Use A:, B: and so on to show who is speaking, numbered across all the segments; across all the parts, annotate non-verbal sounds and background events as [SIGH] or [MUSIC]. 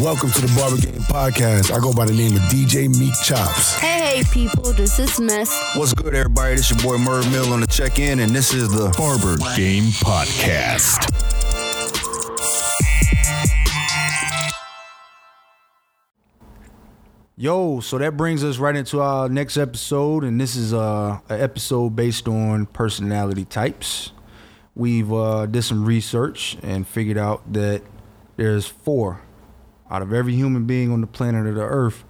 A: Welcome to the Barber Game Podcast. I go by the name of DJ Meat Chops.
B: Hey, people, this
A: [LAUGHS]
B: is Miss.
C: What's good, everybody? This your boy Merv Mill on the check in, and this is the Barber Game Podcast. Yo, so that brings us right into our next episode, and this is uh, an episode based on personality types. We've uh, did some research and figured out that there's four out of every human being on the planet of the Earth.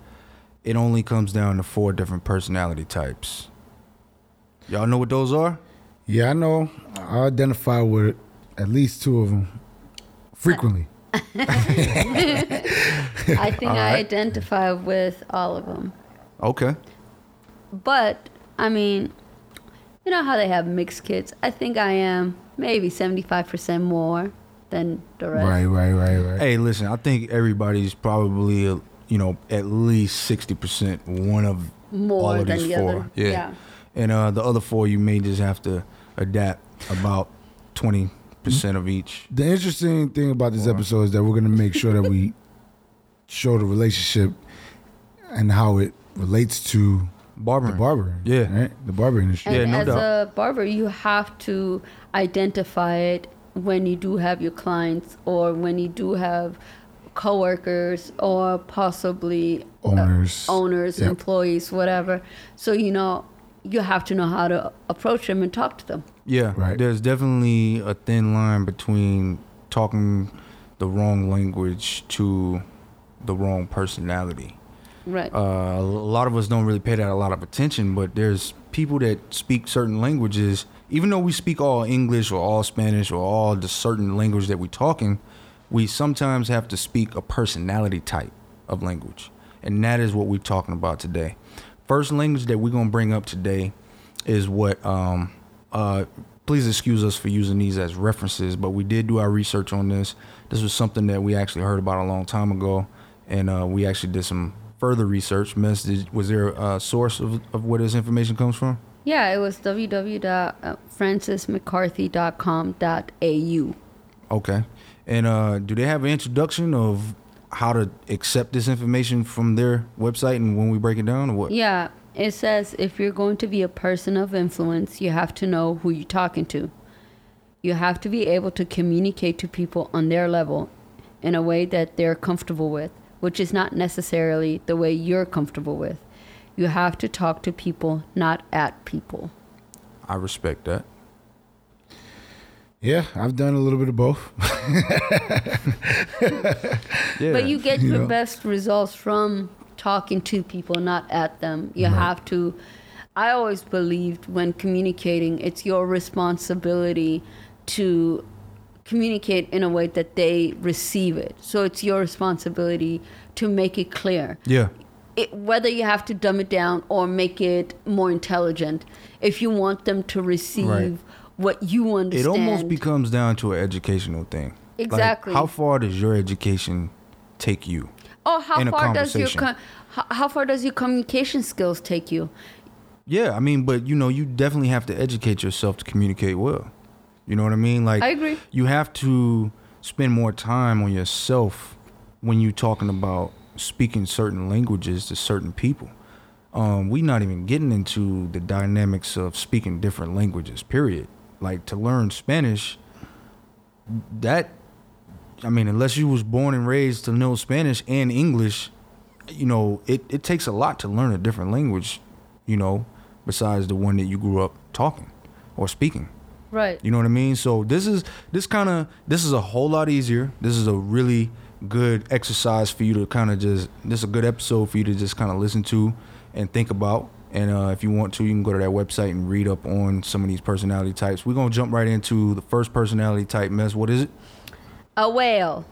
C: It only comes down to four different personality types. Y'all know what those are?
A: Yeah, I know. I identify with at least two of them frequently.
B: I think I
A: right.
B: identify with all of them.
C: Okay.
B: But, I mean, you know how they have mixed kids? I think I am maybe 75% more than the rest.
A: Right, right, right, right.
C: Hey, listen, I think everybody's probably, uh, you know, at least 60% one of all
B: More
C: of
B: than
C: these
B: the
C: four.
B: other.
C: Yeah.
B: Yeah.
C: And uh, the other four, you may just have to adapt about 20% of each.
A: The interesting thing about this episode is that we're going to make sure that we show the relationship and how it relates to the
C: Barbara.
A: barber.
C: Yeah.
A: Right? The barber industry.
B: And
C: Yeah, no
B: as
C: doubt.
B: a barber, you have to identify it when you do have your clients or when you do have coworkers or possibly uh,
A: Owners.
B: owners,
A: Yep.
B: employees, whatever. So you know you have to know how to approach them and talk to them.
C: Yeah.
A: Right.
C: There's definitely a thin line between talking the wrong language to the wrong personality.
B: Right.
C: uh, a lot of us don't really pay that a lot of attention, but there's people that speak certain languages. Even though we speak all English or all Spanish or all the certain language that we're talking, we sometimes have to speak a personality type of language. And that is what we're talking about today. First language that we're going to bring up today is what, um, uh, please excuse us for using these as references, but we did do our research on this. This was something that we actually heard about a long time ago and uh, we actually did some further research. Miss, did, was there a source of, of where this information comes from?
B: yeah, it was www.francismccarthy.com.au.
C: Okay. And uh, do they have an introduction of how to accept this information from their website and when we break it down or what?
B: Yeah, it says if you're going to be a person of influence, you have to know who you're talking to. You have to be able to communicate to people on their level in a way that they're comfortable with, which is not necessarily the way you're comfortable with. You have to talk to people, not at people.
C: I respect that.
A: Yeah, I've done a little bit of both. [LAUGHS]
C: Yeah.
B: But you
C: [LAUGHS]
B: get
A: You
B: your
A: know?
B: best results from talking to people, not at them. You have to. I always believed when communicating, it's your responsibility to communicate in a way that they receive it. So it's your responsibility to make it clear.
C: yeah.
B: It, whether you have to dumb it down or make it more intelligent, if you want them to receive
C: Right.
B: what you
C: It
B: understand.
C: almost becomes down to an educational thing. Like,
B: Exactly.
C: how far does your education take you?
B: Oh, how
C: in a
B: far does your
C: conversation.
B: com- how, how far does your communication skills take you?
C: Yeah, I mean, but you know, you definitely have to educate yourself to communicate well. You know what I mean? Like
B: I agree.
C: You have to spend more time on yourself when you're talking about speaking certain languages to certain people. Um, we not even getting into the dynamics of speaking different languages. Period. Like to learn Spanish, that I mean, unless you was born and raised to know Spanish and English, you know, it, it takes a lot to learn a different language, you know, besides the one that you grew up talking or speaking.
B: Right.
C: You know what I mean? So this is this kind of this is a whole lot easier. This is a really good exercise for you to kind of just this is a good episode for you to just kind of listen to and think about. And uh, if you want to, you can go to that website and read up on some of these personality types. We're gonna jump right into the first personality type. Mess, what is it?
B: A whale.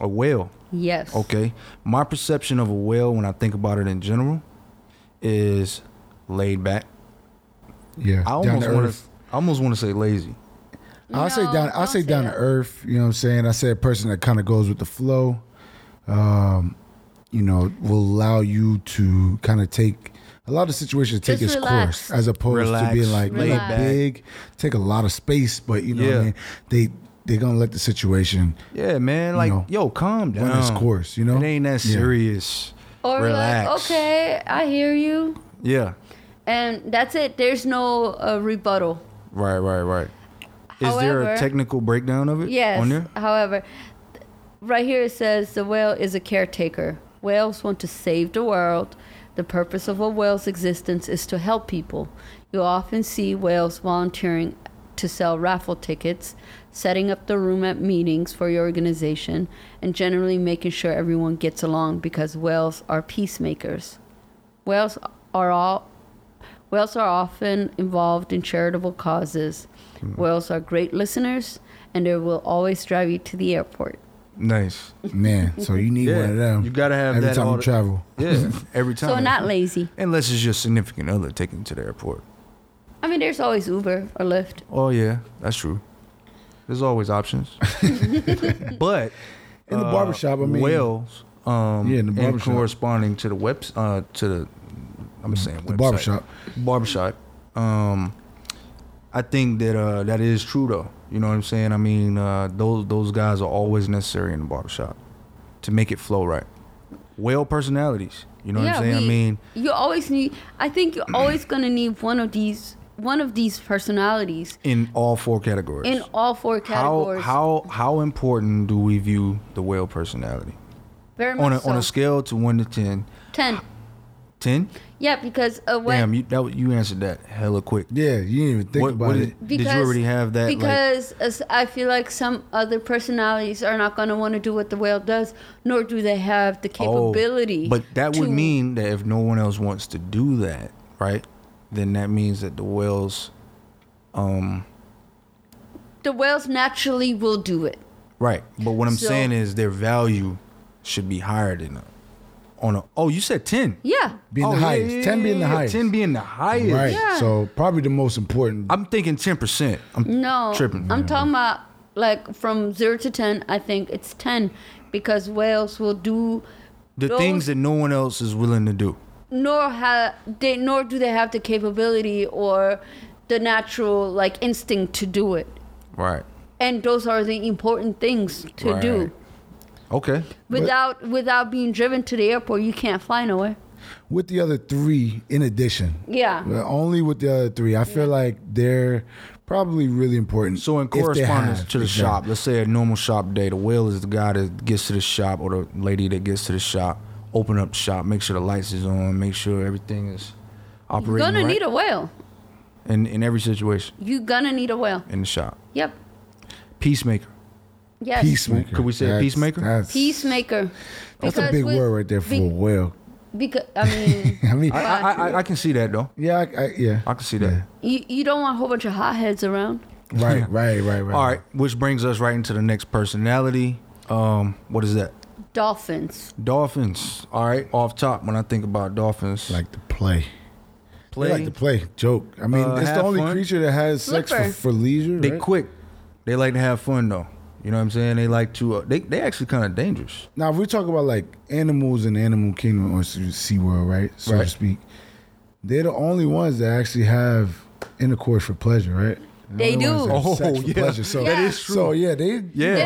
C: A whale.
B: Yes.
C: Okay. My perception of a whale when I think about it in general is laid back.
A: Yeah,
C: I
A: down
C: almost
A: to
C: want to
A: earth.
C: I almost want to say lazy.
A: I'll say
B: No,
A: down. I'll
B: don't
A: say
B: say
A: down
B: that.
A: to earth. You know what I'm saying? I say a person that kind of goes with the flow. Um, you know, will allow you to kind of take allow the situation to take
B: Just
A: its
B: relax.
A: course, as opposed
C: Relax,
A: to being like
C: laid
A: you know,
B: back.
A: big, take a lot of space. But you know, what I
C: Yeah.
A: mean? they they're gonna let the situation
C: Yeah, man. Like,
A: know,
C: yo, calm down.
A: run its course. You know,
C: It ain't that
A: Yeah.
C: serious.
B: Or
C: Relax.
B: like, okay, I hear you,
C: Yeah.
B: and that's it. There's no uh, rebuttal.
C: Right, right, right. Is there
B: However-
C: a technical breakdown of it
B: Yes.
C: on there?
B: However, th- right here it says the whale is a caretaker. Whales want to save the world. The purpose of a whale's existence is to help people. You often see whales volunteering to sell raffle tickets, setting up the room at meetings for your organization, and generally making sure everyone gets along because whales are peacemakers. Whales are all Whales are often involved in charitable causes.
C: Hmm.
B: Whales are great listeners, and they will always drive you to the airport.
C: Nice.
A: man. So you need
C: Yeah,
A: one of them.
C: you gotta have
A: every
C: that
A: time
C: all
A: you
C: the-
A: travel.
C: Yeah. Every time.
B: So not lazy.
C: Unless it's your significant other taking you to the airport.
B: I mean, there's always Uber or Lyft.
C: Oh yeah, that's true. There's
A: [LAUGHS]
C: always options. but
A: In the barbershop, I mean-
C: Wales, um
A: Yeah, in the
C: and
A: barbershop.
C: corresponding to the web uh to the I'm saying
A: The
C: website.
A: barbershop.
C: barbershop. Um, I think that uh, that is true though. You know what I'm saying? I mean, uh, those those guys are always necessary in the barbershop to make it flow right. Well, personalities. You know what I'm saying? I
B: we-
C: mean,
B: you always need. I think you're always gonna need one of these, one of these personalities
C: in all four categories.
B: in all four
C: how
B: categories.
C: how how important do we view the whale personality
B: Very much
C: on a
B: so.
C: on a scale to one to 10?
B: ten.
C: 10?
B: Yeah, because uh, when
C: Damn, you that was- you answered that hella quick.
A: Yeah, you didn't even think
C: What-
A: about
C: what
A: it.
C: is- did you already have that? like,
B: Because as I feel like some other personalities are not going to want to do what the whale does, nor do they have the
C: Oh,
B: capability.
C: but that would
B: to-
C: mean that if no one else wants to do that, right? Then that means that the whales, um,
B: the whales naturally will do it.
C: right. But what I'm
B: So-
C: saying is their value should be higher than a, on a. Oh, you said ten.
B: Yeah,
A: Being
C: oh,
A: the
C: yeah,
A: highest,
C: yeah,
A: ten being the
C: yeah, yeah,
A: highest,
C: Ten being the highest.
A: right?
B: Yeah.
A: So probably the most important.
C: I'm thinking ten percent. I'm
B: no,
C: tripping.
B: I'm talking about like from zero to ten. I think it's ten because whales will do
C: the
B: those-
C: things that no one else is willing to do.
B: nor have they nor do they have the capability or the natural like instinct to do it.
C: Right.
B: And those are the important things to
C: Right.
B: do.
C: Okay.
B: Without without being driven to the airport, you can't fly nowhere.
A: with the other three, in addition,
B: Yeah.
A: Well, only with the other three, I feel like they're probably really important.
C: So in
A: if they
C: correspondence
A: have,
C: to the
A: exactly.
C: shop, let's say a normal shop day, the whale is the guy that gets to the shop or the lady that gets to the shop, open up the shop, make sure the lights is on, make sure everything is
B: You're
C: operating
B: gonna
C: right
B: need a whale.
C: in, in every situation
B: You're gonna need a whale.
C: in the shop.
B: Yep.
C: Peacemaker.
B: Yes.
A: peacemaker.
C: Could we say a
A: That's-
C: peacemaker?
A: That's,
B: Peacemaker.
A: that's a
B: Because
A: big
B: we-
A: word right there for
B: be-
A: a whale. [LAUGHS]
B: Because I mean,
A: I mean,
C: I, I, I, I can see that though.
A: yeah, I, I, yeah,
C: I can see that.
B: you, you don't want a whole bunch of hotheads around.
A: Right, right, right, right.
C: All right, which brings us right into the next personality. Um, what is that?
B: Dolphins.
C: Dolphins. All right, off top when I think about dolphins,
A: like to play. They
C: play,
A: like to play. Joke. I mean,
C: Uh,
A: it's the
C: have
A: only
C: fun.
A: creature that has sex for,
B: Flipper.
A: for leisure.
C: They
A: right?
C: quick. They like to have fun though. You know what I'm saying? They like to. Uh, they they actually kind of dangerous.
A: Now, if we talk about like animals in the animal kingdom or Sea World, right, so to
C: Right.
A: speak, they're the only ones that actually have intercourse for pleasure, right? They're
B: They
A: the only
B: do.
A: ones that have
C: Oh,
A: sex for
C: yeah.
A: pleasure. So,
B: That is
A: true. So yeah, they
C: Yeah.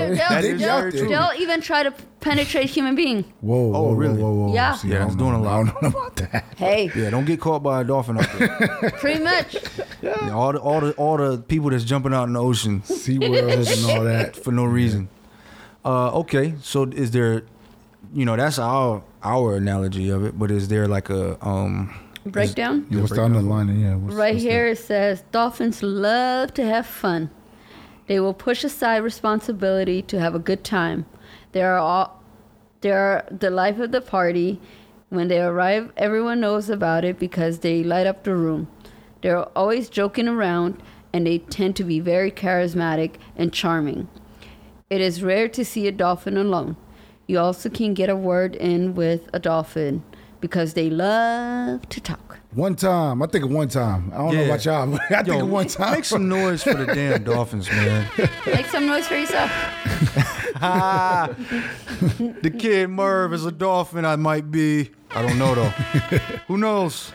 B: They're-
C: that
B: they'll,
C: is
B: they'll,
C: very true.
B: they'll even try to penetrate human being.
A: Whoa, whoa, whoa,
C: Oh, really?
A: whoa, whoa, whoa.
B: Yeah.
A: See,
C: Yeah,
A: I
C: it's
A: don't
C: doing
A: know.
C: a lot.
A: I don't know about
B: [LAUGHS]
A: that.
B: Hey,
C: Yeah, don't get caught by a dolphin out
A: [LAUGHS]
C: there.
B: pretty much.
C: Yeah, all the all the all the people that's jumping out in the ocean
A: Sea World and all that.
C: for no reason. Uh, okay, so is there, you know, that's our our analogy of it. But is there like a um?
B: Breakdown.
A: Yeah, what's down the line? Yeah, what's,
B: Right
A: what's
B: here it says dolphins love to have fun. They will push aside responsibility to have a good time. They are all they are the life of the party. When they arrive, everyone knows about it because they light up the room. They're always joking around and they tend to be very charismatic and charming. It is rare to see a dolphin alone. You also can get a word in with a dolphin because they love to talk.
A: that? One time, I think of one time. I don't know
C: Yeah.
A: about y'all, but [LAUGHS] I think
C: Yo,
A: of one time.
C: [LAUGHS] Make some noise for the damn dolphins, man.
B: Make some noise for yourself.
C: The kid Merv is a dolphin. I might be. I
A: [LAUGHS]
C: don't know though. Who knows?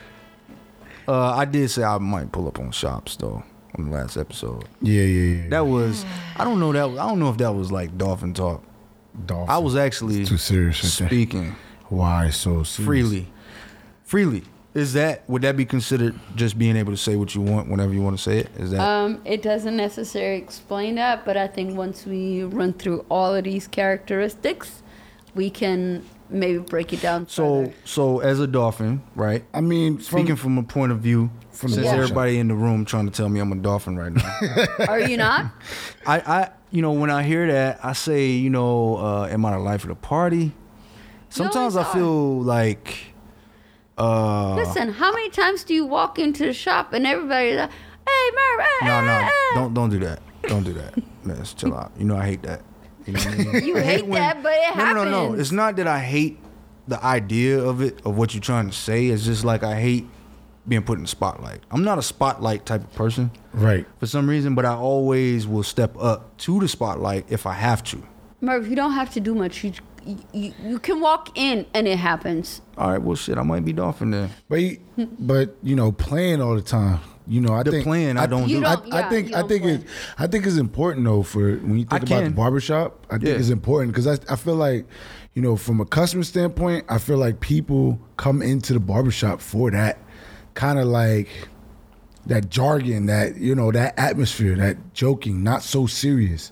C: Uh, I did say I might pull up on shops though. on the last episode.
A: Yeah, yeah, yeah.
C: That was I don't know that I don't know if that was like dolphin talk.
A: Dolphin.
C: I was actually
A: too serious. right there.
C: speaking
A: Why so serious?
C: freely. Freely. Is that would that be considered just being able to say what you want whenever you want to say it? Is that
B: Um, it doesn't necessarily explain that, but I think once we run through all of these characteristics, we can maybe break it down.
C: so
B: further.
C: so as a dolphin, right?
A: I mean, from-
C: Speaking from a point of view,
A: From the
C: since
B: dolphin.
C: everybody in the room trying to tell me I'm a dolphin right now,
A: [LAUGHS]
B: are you not?
C: I, I, you know, when I hear that, I say, you know, uh, am I the life of the party? Sometimes
B: it's
C: I feel like, [LAUGHS] uh,
B: Listen, how many times do you walk into the shop and everybody's like, "Hey, Merv, eh,
C: no,
B: eh, [LAUGHS]
C: no,
B: eh."
C: don't, don't do that, don't do that, man, chill out. You know, I hate that. You know what I
B: [LAUGHS]
C: mean?
B: You
C: I
B: hate that, but it
C: no, No, no, no.
B: happens.
C: It's not that I hate the idea of it, of what you're trying to say. It's just like I hate being put in the spotlight. I'm not a spotlight type of person.
A: right.
C: for some reason, but I always will step up to the spotlight if I have to.
B: Merv, you don't have to do much. You, you you can walk in and it happens.
C: All right, well, shit, I might be dolphin then.
A: But you, but you know, playing all the time. You know, I
C: The
A: think
C: playing, I don't
B: You
C: do.
B: don't-
A: I, I
B: yeah,
A: think
B: you
A: I
B: don't
A: think
B: play.
A: it I think it's important though for when you
C: I
A: think about the
C: can.
A: barbershop. I think
C: Yeah.
A: it's important because I I feel like you know from a customer standpoint, I feel like people come into the barbershop for that kind of like that jargon, that you know that atmosphere, that joking, not so serious.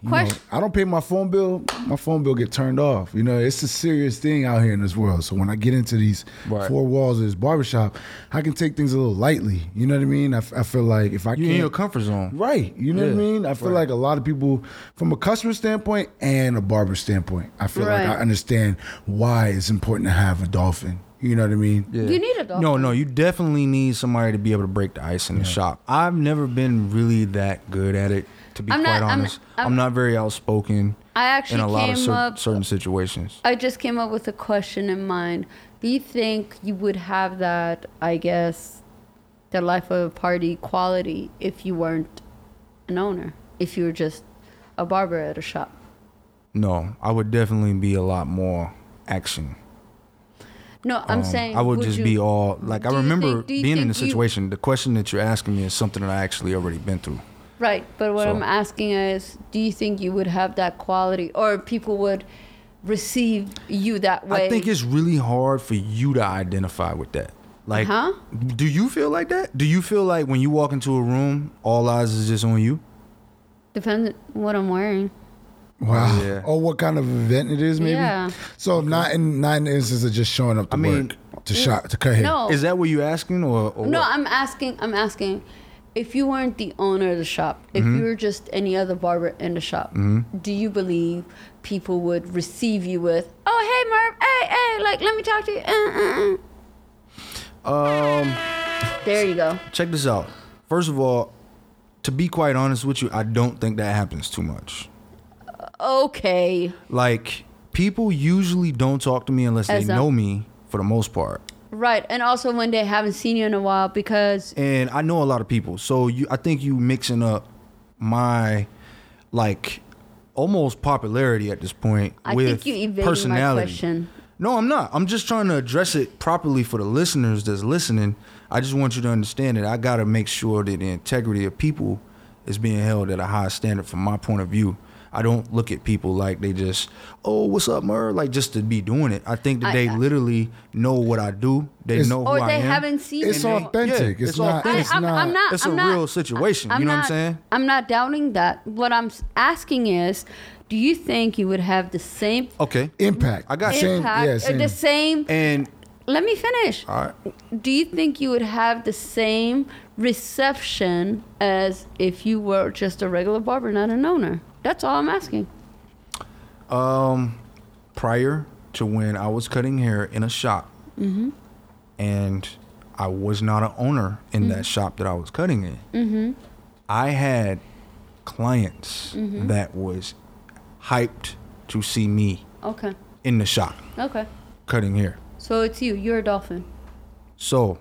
A: You know,
B: Question-
A: I don't pay my phone bill. My phone bill get turned off. You know, it's a serious thing out here in this world. So when I get into these
C: Right.
A: four walls of this barbershop, I can take things a little lightly. You know what I mean? I, f- I feel like if I
C: You're
A: can't,
C: in your comfort zone.
A: Right. You know what I
C: Yeah,
A: mean? I feel like a lot of people, from a customer standpoint and a barber standpoint, I feel like
B: Right.
A: I understand why it's important to have a dolphin. You know what I mean?
C: Yeah.
B: You need a dolphin.
C: No, no, you definitely need somebody to be able to break the ice in the shop. I've never been really that good at it, to be
B: I'm
C: quite
B: not- I'm-
C: honest. I'm,
B: I'm-
C: not very outspoken
B: I
C: in
B: actually
C: a lot of
B: came
C: cer-
B: up.
C: certain situations.
B: I just came up with a question in mind. Do you think you would have that? I guess the life of a party quality if you weren't an owner. If you were just a barber at a shop.
C: No, I would definitely be a lot more action.
B: No, I'm
C: Um,
B: saying
C: I would, just
B: you-
C: be all like I
B: do you
C: remember
B: think- do you
C: being in the
B: think you-
C: situation. the question that you're asking me is something that I actually already been through.
B: Right, but what
C: So-
B: I'm asking is, do you think you would have that quality, or people would receive you that way?
C: I think it's really hard for you to identify with that. Like,
B: Huh?
C: do you feel like that? Do you feel like when you walk into a room, all eyes is just on you?
B: depends what I'm wearing.
A: Wow.
C: Yeah.
A: Or what kind of event it is, maybe?
B: Yeah.
A: So not in not in the instance of just showing up to
C: I mean-
A: work to shop to cut hair.
B: No,
C: Is that what you asking, or, or
B: Oh. no,
C: what?
B: I'm asking. I'm asking. If you weren't the owner of the shop, if
C: Mm-hmm.
B: you were just any other barber in the shop, do you believe people would receive you with, "Oh, hey, Merv, hey, hey, like, let me talk to you"? Uh, uh, uh. Um. There you go.
C: check this out? First of all, to be quite honest with you, I don't think that happens too much.
B: Okay.
C: Like, people usually don't talk to me unless
B: As
C: they
B: a-
C: know me for the most part.
B: Right, and also when they haven't seen you in a while because
C: and I know a lot of people. So you, I think you mixing up my like almost popularity at this point
B: I
C: with
B: think you evading my
C: personality.
B: question.
C: No, I'm not. I'm just trying to address it properly for the listeners that's listening. I just want you to understand that I got to make sure that the integrity of people is being held at a high standard from my point of view. I don't look at people like they just, oh, what's up, Mer? Like just to be doing it. I think that
B: I-
C: they
B: I-
C: literally know what I do. They
A: It's-
C: know who
B: or
C: I
B: they
C: am.
B: haven't seen
A: It's
B: you. in a while.
A: authentic.
C: Yeah,
A: it's,
C: it's
A: not.
C: authentic.
A: It's
B: I, am
A: not.
B: not.
C: It's
B: I'm
C: a
B: not-
C: real situation, you know what I'm
B: not-
C: saying?
B: I'm not doubting that. What I'm s- asking is, do you think you would have the same
C: Okay.
A: Impact.
C: I got you.
A: Same-
B: impact
A: yeah,
B: or
A: same.
B: the same?
C: And
B: let me finish.
C: all right.
B: Do you think you would have the same reception as if you were just a regular barber, not an owner? That's all I'm asking.
C: prior to when I was cutting hair in a shop, and I was not an owner in that shop that I was cutting in. I had clients that was hyped to see me
B: Okay.
C: in the shop
B: Okay.
C: cutting hair.
B: So it's you. You're a dolphin.
C: So,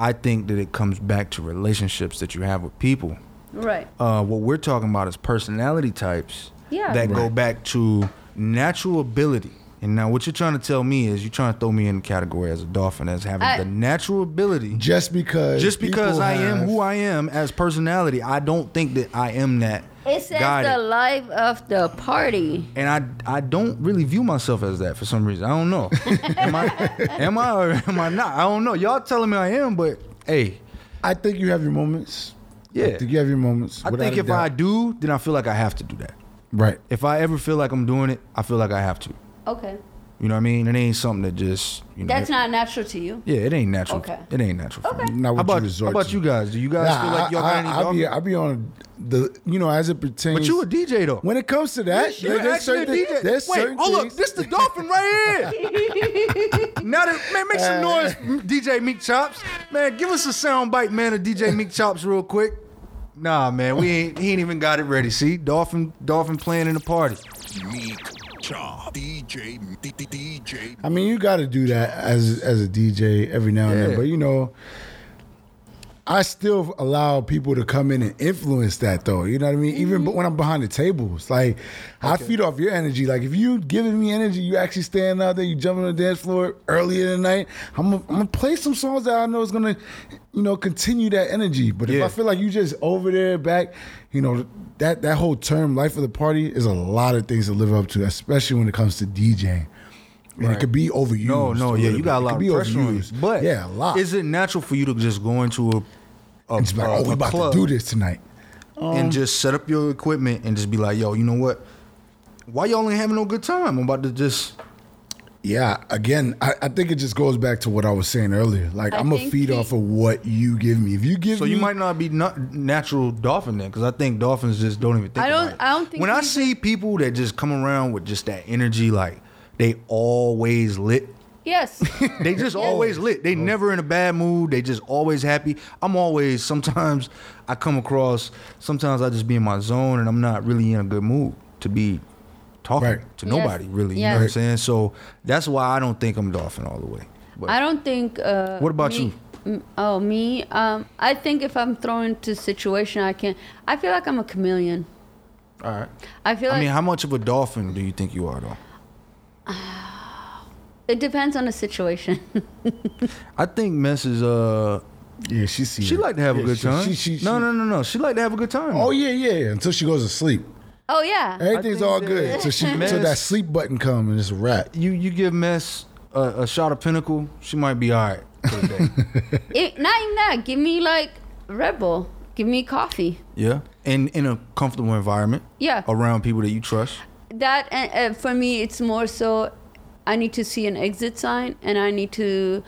C: I think that it comes back to relationships that you have with people.
B: Right.
C: uh, what we're talking about is personality types
B: Yeah.
C: that go
A: Right.
C: back to natural ability. And now what you're trying to tell me is you're trying to throw me in the category as a dolphin as having
B: I-
C: the natural ability.
A: Just because.
C: Just because
A: people
C: I am
A: have-
C: who I am as personality, I don't think that I am that.
B: It says
C: Got
B: the
C: it.
B: life of the party.
C: and I I don't really view myself as that for some reason. I don't
B: [LAUGHS]
C: know. am I am I or am I not? I don't know. Y'all telling me I am, but hey,
A: I think you have your moments. I
C: Yeah.
A: think you have your moments.
C: I
A: without
C: think
A: a
C: if I
A: doubt.
C: do, then I feel like I have to do that.
A: Right.
C: If I ever feel like I'm doing it, I feel like I have to.
B: Okay.
C: You know what I mean? It ain't something that just you know.
B: That's not natural to you.
C: yeah, it ain't natural.
B: Okay.
C: It ain't natural. For
B: Okay.
C: me.
A: Not
C: How
A: what you
C: about,
A: resort
C: how about
A: to.
C: you guys? Do you guys
A: Nah,
C: feel like y'all
A: I,
C: got any
A: I, I be,
C: dog-
A: I be on the, you know, as it pertains.
C: But you a DJ though.
A: When it comes to that,
C: You're
A: there- there's
C: actually a
A: certain,
C: DJ.
A: there's
C: Wait,
A: certain
C: oh look,
A: things-
C: this the dolphin right here. [LAUGHS] now that man, make some
A: Uh,
C: noise, M- DJ Meek Chops. Man, give us a sound bite, man, of DJ Meek Chops real quick. Nah, man, we ain't he ain't even got it ready. See, dolphin, dolphin playing in the party.
D: Meek Chop. DJ, D- D- DJ.
A: I mean, you got to do that as as a DJ every now and
C: Yeah.
A: then. But you know, I still allow people to come in and influence that, though. You know what I mean? Even
C: Mm-hmm.
A: but when I'm behind the tables, like I feed off your energy. Like if you giving me energy, you actually stand out there, you jumping on the dance floor early in the night. I'm gonna, I'm gonna play some songs that I know is gonna, you know, continue that energy. But if
C: Yeah.
A: I feel like you just over there back, you know. That, that whole term life of the party is a lot of things to live up to especially when it comes to djing and it
C: Right.
A: could be overused.
C: No,
A: a
C: no, yeah,
A: little
C: you got
A: bit. It
C: a lot
A: could
C: of
A: be
C: pressure on you.
A: overused.
C: But
A: yeah, a lot.
C: Is it natural for you to just go into a a,
A: it's like,
C: a-
A: oh,
C: a
A: we about
C: club
A: to do this Um, tonight.
C: and just set up your equipment and just be like, yo, you know what? Why y'all ain't having no good time? I'm about to just
A: Yeah, again, I, I think it just goes back to what I was saying earlier. Like
B: I
A: I am gonna
B: think
A: feed
B: he-
A: off of what you give me. If you give
C: So
A: me,
B: Mhm.
C: you might not be not natural dolphin then, because I think dolphins just don't even think.
B: I don't-
C: About it.
B: I don't think
C: When I
B: he's-
C: see people that just come around with just that energy, like they always lit.
B: Yes.
C: [LAUGHS] They just always lit.
A: Oh.
C: They never in a bad mood. They just always happy. I'm always. Sometimes I come across. Sometimes I just be in my zone and I'm not really in a good mood to be talking
A: Right.
C: to
B: Yes.
C: nobody. Really, you know
B: Yes.
C: what I'm saying. So that's why I don't think I'm dolphin all the way. But
B: I don't think. Uh,
C: What about
B: me- m- Oh, me. Um, I think if I'm thrown into situation, I can. I feel like I'm a chameleon.
C: all right.
B: I feel
C: I
B: like
C: mean, how much of a dolphin do you think you are though?
B: it depends on the situation. [LAUGHS]
C: I think Mess is uh
A: yeah, she see.
C: she
A: it.
C: like to have
A: Yeah,
C: a good
A: she-
C: time.
A: She, she, she,
C: no, no, no, no. She like to have a good time.
A: Oh yeah, yeah. yeah, Until she goes to sleep,
B: oh yeah.
A: everything's
C: think
A: all
C: that-
A: good.
C: [LAUGHS]
A: Until she,
C: Man,
A: until that
C: it's-
A: sleep button comes and it's a
C: [LAUGHS]
A: wrap.
C: You you give Mess a, a shot of Pinnacle, she might be
A: [LAUGHS]
C: all right. for the day.
B: It, not even that. Give me like Red Bull. Give me coffee.
C: yeah, and in a comfortable environment.
B: Yeah.
C: around people that you trust.
B: That and uh, for me, it's more so. I need to see an exit sign, and I need to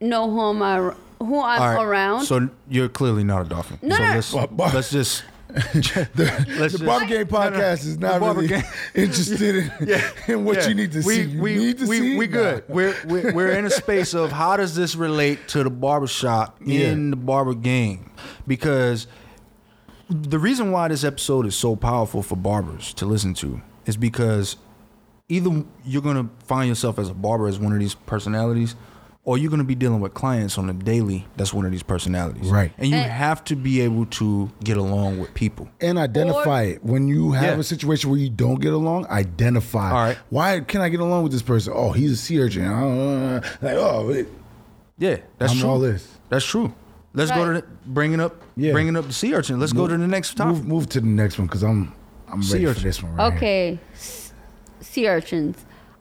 B: know who I'm, ar- who I'm
C: All right,
B: around.
C: So you're clearly not a dolphin.
B: No,
C: so
B: no.
C: Let's,
A: But- but-
C: let's just
A: The,
C: Let's
A: the
C: just-
A: Barb Game
C: No,
A: podcast
C: no,
A: is
C: the
A: not
C: Barber
A: really
C: Gang.
A: [LAUGHS] interested in, [LAUGHS]
C: [LAUGHS] yeah.
A: in what
C: yeah.
A: you need to
C: we,
A: see. You
C: we,
A: need to
C: we,
A: see.
C: We
A: Nah.
C: good. We're, we're
A: [LAUGHS]
C: we're in a space of how does this relate to the barbershop
A: Yeah.
C: in the barber game? Because the reason why this episode is so powerful for barbers to listen to is because either you're gonna find yourself as a barber as one of these personalities, or you're gonna be dealing with clients on a daily that's one of these personalities.
A: Right.
C: And you
B: And-
C: have to be able to get along with people.
A: and identify it. When you have
C: Yeah.
A: a situation where you don't get along, identify.
C: All right.
A: Why can I get along with this person? Oh, he's a sea urchin. I don't- Like, oh, it-
C: Yeah, that's
A: I'm
C: true.
A: all this.
C: That's true. Let's go to
B: Right.
C: the, bringing up
A: Yeah.
C: bringing up the sea urchin. Let's go to the next topic.
A: move, move to the next one because I'm I'm
C: Sea
A: ready for
C: urchin.
A: this one. Right here.
B: Okay, s- sea urchins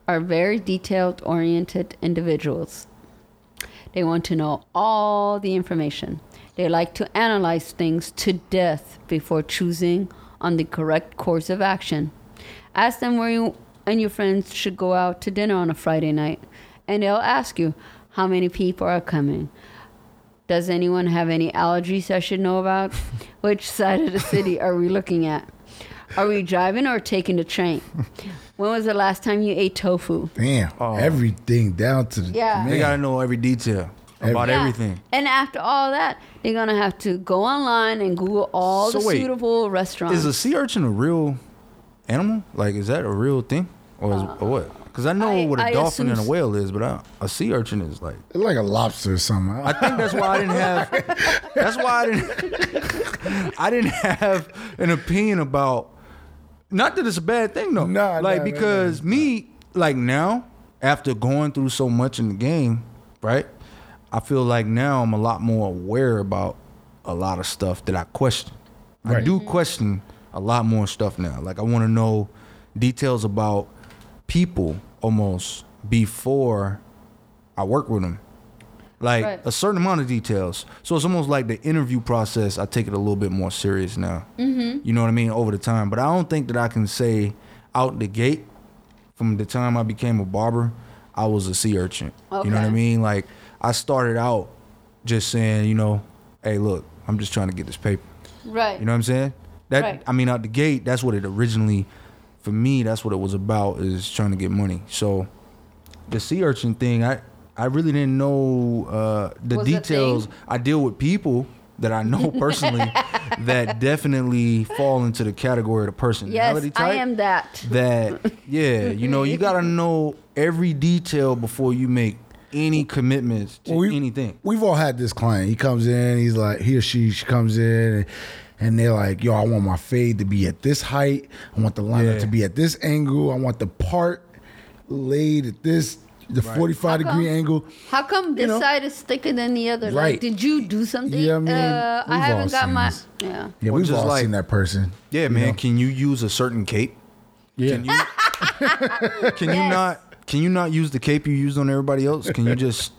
B: are very detailed oriented individuals. They want to know all the information. They like to analyze things to death before choosing on the correct course of action. Ask them where you and your friends should go out to dinner on a Friday night, and they'll ask you how many people are coming. Does anyone have any allergies I should know
C: [LAUGHS]
B: about? Which side of the city are we looking at? Are we driving or taking the
C: [LAUGHS]
B: train? When was the last time you ate tofu?
A: Damn,
C: Oh.
A: everything down to the
B: Yeah.
A: man.
C: They gotta know every detail
A: Every-
C: about
B: Yeah.
C: everything.
B: And after all that, they're gonna have to go online and Google all
C: So
B: the
C: wait,
B: suitable restaurants.
C: Is a sea urchin a real animal? Like, is that a real thing, or, is, or what? Because I know
B: I-
C: what a
B: I
C: dolphin and a
B: assume-
C: whale is, but I, a sea urchin is like.
A: It's like a lobster or something.
C: I think that's why I didn't have. That's why I didn't. I didn't [LAUGHS] have an opinion about. Not that it's a bad thing though.
A: Nah,
C: like
A: nah, nah,
C: because me, like now, after going through so much in the game, right? I feel like now I'm a lot more aware about a lot of stuff that I question. I
A: Right.
C: do question a lot more stuff now. Like I want to know details about people almost before I work with them. Like
B: Right.
C: a certain amount of details. So it's almost like the interview process, I take it a little bit more serious now. Mm-hmm. You know what I mean? Over the time. But I don't think that I can say out the gate from the time I became a barber, I was a sea urchin. You know what I
B: Okay.
C: mean? Like I started out just saying, you know, hey, look, I'm just trying to get this paper.
B: Right.
C: You know what I'm saying? That
B: Right.
C: I mean, out the gate, that's what it originally, for me, that's what it was about is trying to get money. So, the sea urchin thing, I I really didn't know uh, the
B: Was a
C: details.
B: thing?
C: I deal with people that I know
B: [LAUGHS]
C: personally that definitely fall into the category of the
B: yes,
C: personality type.
B: I am that.
C: That yeah, you know,
B: [LAUGHS]
C: you gotta know every detail before you make any commitments to
A: we-
C: anything.
A: We've all had this client. He comes in, he's like, he or she, she comes in, and, and they're like, yo, I want my fade to be at this height. I want the lineup
C: Yeah.
A: to be at this angle. I want the part laid at this, the 45
B: How
A: degree
B: come?
A: angle.
B: How come this
A: know?
B: side is thicker than the other? Like,
A: Right.
B: did you do something?
A: Yeah, I mean,
B: uh, I
A: we've all
B: haven't got
A: seen
B: my.
A: this.
B: Yeah.
A: Yeah,
C: Or
A: we've
C: just
A: all
C: like-
A: seen that person.
C: Yeah,
A: you
C: man.
A: know?
C: Can you use a certain cape?
A: Yeah.
C: Can you Can you
B: Yes.
C: not can you not use the cape you used on everybody else? Can you
A: [LAUGHS]
C: just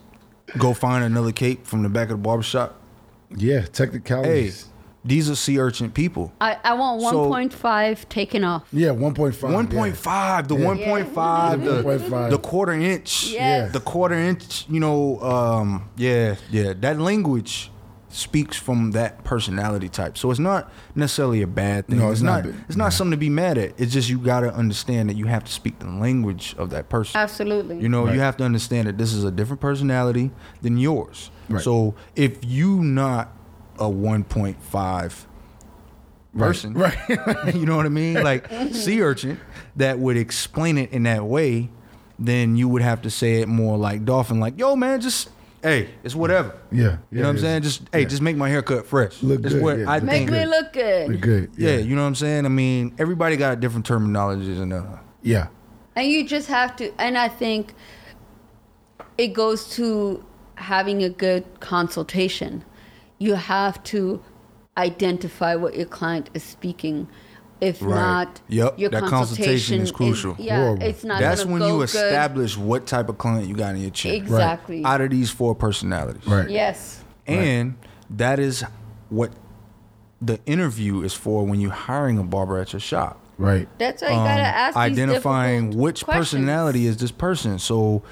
C: go find another cape from the back of the barbershop?
A: yeah,
C: Hey,
A: technicalities.
C: these are sea urchin people.
B: I, I want
C: So-
B: 1.5 taken off.
A: Yeah, 1.5. yeah.
C: 1.5, the 1.5, the
A: 1.5.
C: the quarter inch.
B: Yes.
C: The quarter inch, you know, um, yeah, yeah. That language speaks from that personality type. So it's not necessarily a bad thing.
A: No, it's not
C: not
A: bad.
C: it's not something to be mad at. It's just you gotta understand that you have to speak the language of that person.
B: Absolutely.
C: You know,
A: Right.
C: you have to understand that this is a different personality than yours.
A: Right.
C: So if you not a 1.5 person,
A: Right. [LAUGHS]
C: [LAUGHS] you know what I mean? Like sea urchin that would explain it in that way, then you would have to say it more like dolphin, like, yo man, just hey, it's whatever.
A: Yeah.
C: You
A: Yeah,
C: know what I'm
A: it
C: saying?
A: is.
C: Just hey, just make my haircut fresh.
A: Look
C: That's
A: good,
C: what
A: yeah,
C: I
A: look
C: think.
B: Make me look
A: We're
B: good.
A: good.
C: yeah.
A: Yeah.
C: you know what I'm saying? I mean, everybody got different terminologies and uh
A: Yeah.
B: And you just have to. And I think it goes to having a good consultation. You have to identify what your client is speaking. If
C: Right.
B: not,
C: Yep,
B: your
C: that
B: consultation
C: consultation is crucial.
B: yeah,
A: Horrible.
B: it's not.
C: That's
B: gonna
C: when
B: go
C: you
B: good.
C: establish what type of client you got in your chair.
B: exactly.
C: out of these four personalities.
A: Right.
B: Yes.
C: And that is what the interview is for when you're hiring a barber at your shop.
A: Right.
B: That's why you gotta
C: Um,
B: ask these
C: identifying
B: difficult
C: which
B: questions.
C: personality is this person. So,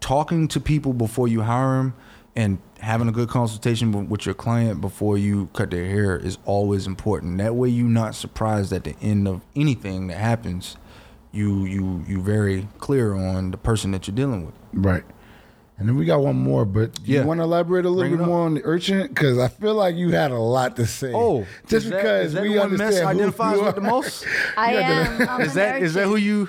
C: talking to people before you hire them and having a good consultation with- with your client before you cut their hair is always important. That way, you're not surprised at the end of anything that happens. You you you very clear on the person that you're dealing with.
A: Right. And then we got one more, but do
C: Yeah.
A: you want to elaborate a little
C: Bring it
A: bit
C: up.
A: more on the urchin? Because I feel like you had a lot to say.
C: Oh,
A: just
C: is that-
A: because
C: is that
A: we
C: the one
A: understand
C: mess
A: who
C: identifies
A: you
C: with the
A: are.
C: [LAUGHS] most.
B: I am. I'm
C: Is that is that who you?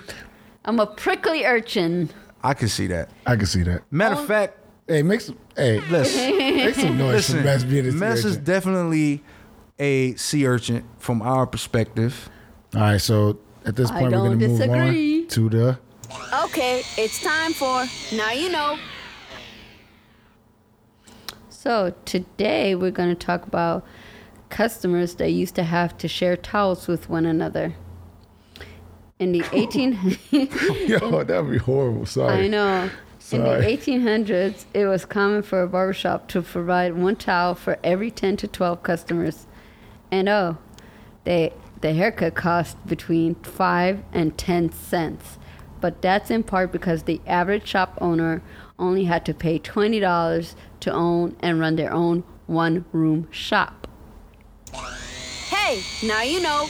B: I'm a prickly urchin.
C: I can see that.
A: I can see that.
C: Matter of fact,
A: Hey, make some. Hey,
C: listen,
A: make some noise
C: listen.
A: for Mess being a sea
C: Mess is
A: urchin.
C: definitely a sea urchin from our perspective.
A: All right, so at this
B: I
A: point, we're
B: don't
A: gonna move
B: disagree.
A: on to the. [LAUGHS]
E: Okay, it's time for Now You Know.
B: So today we're going to talk about customers that used to have to share towels with one another. In
E: [LAUGHS]
B: the 18
A: Yo, that'd be horrible. Sorry.
B: I know. In
A: Sorry.
B: the 1800s, it was common for a barbershop to provide one towel for every 10 to 12 customers. And oh, they the haircut cost between 5 and 10 cents. But that's in part because the average shop owner only had to pay $20 to own and run their own one-room shop.
E: Hey, now you know.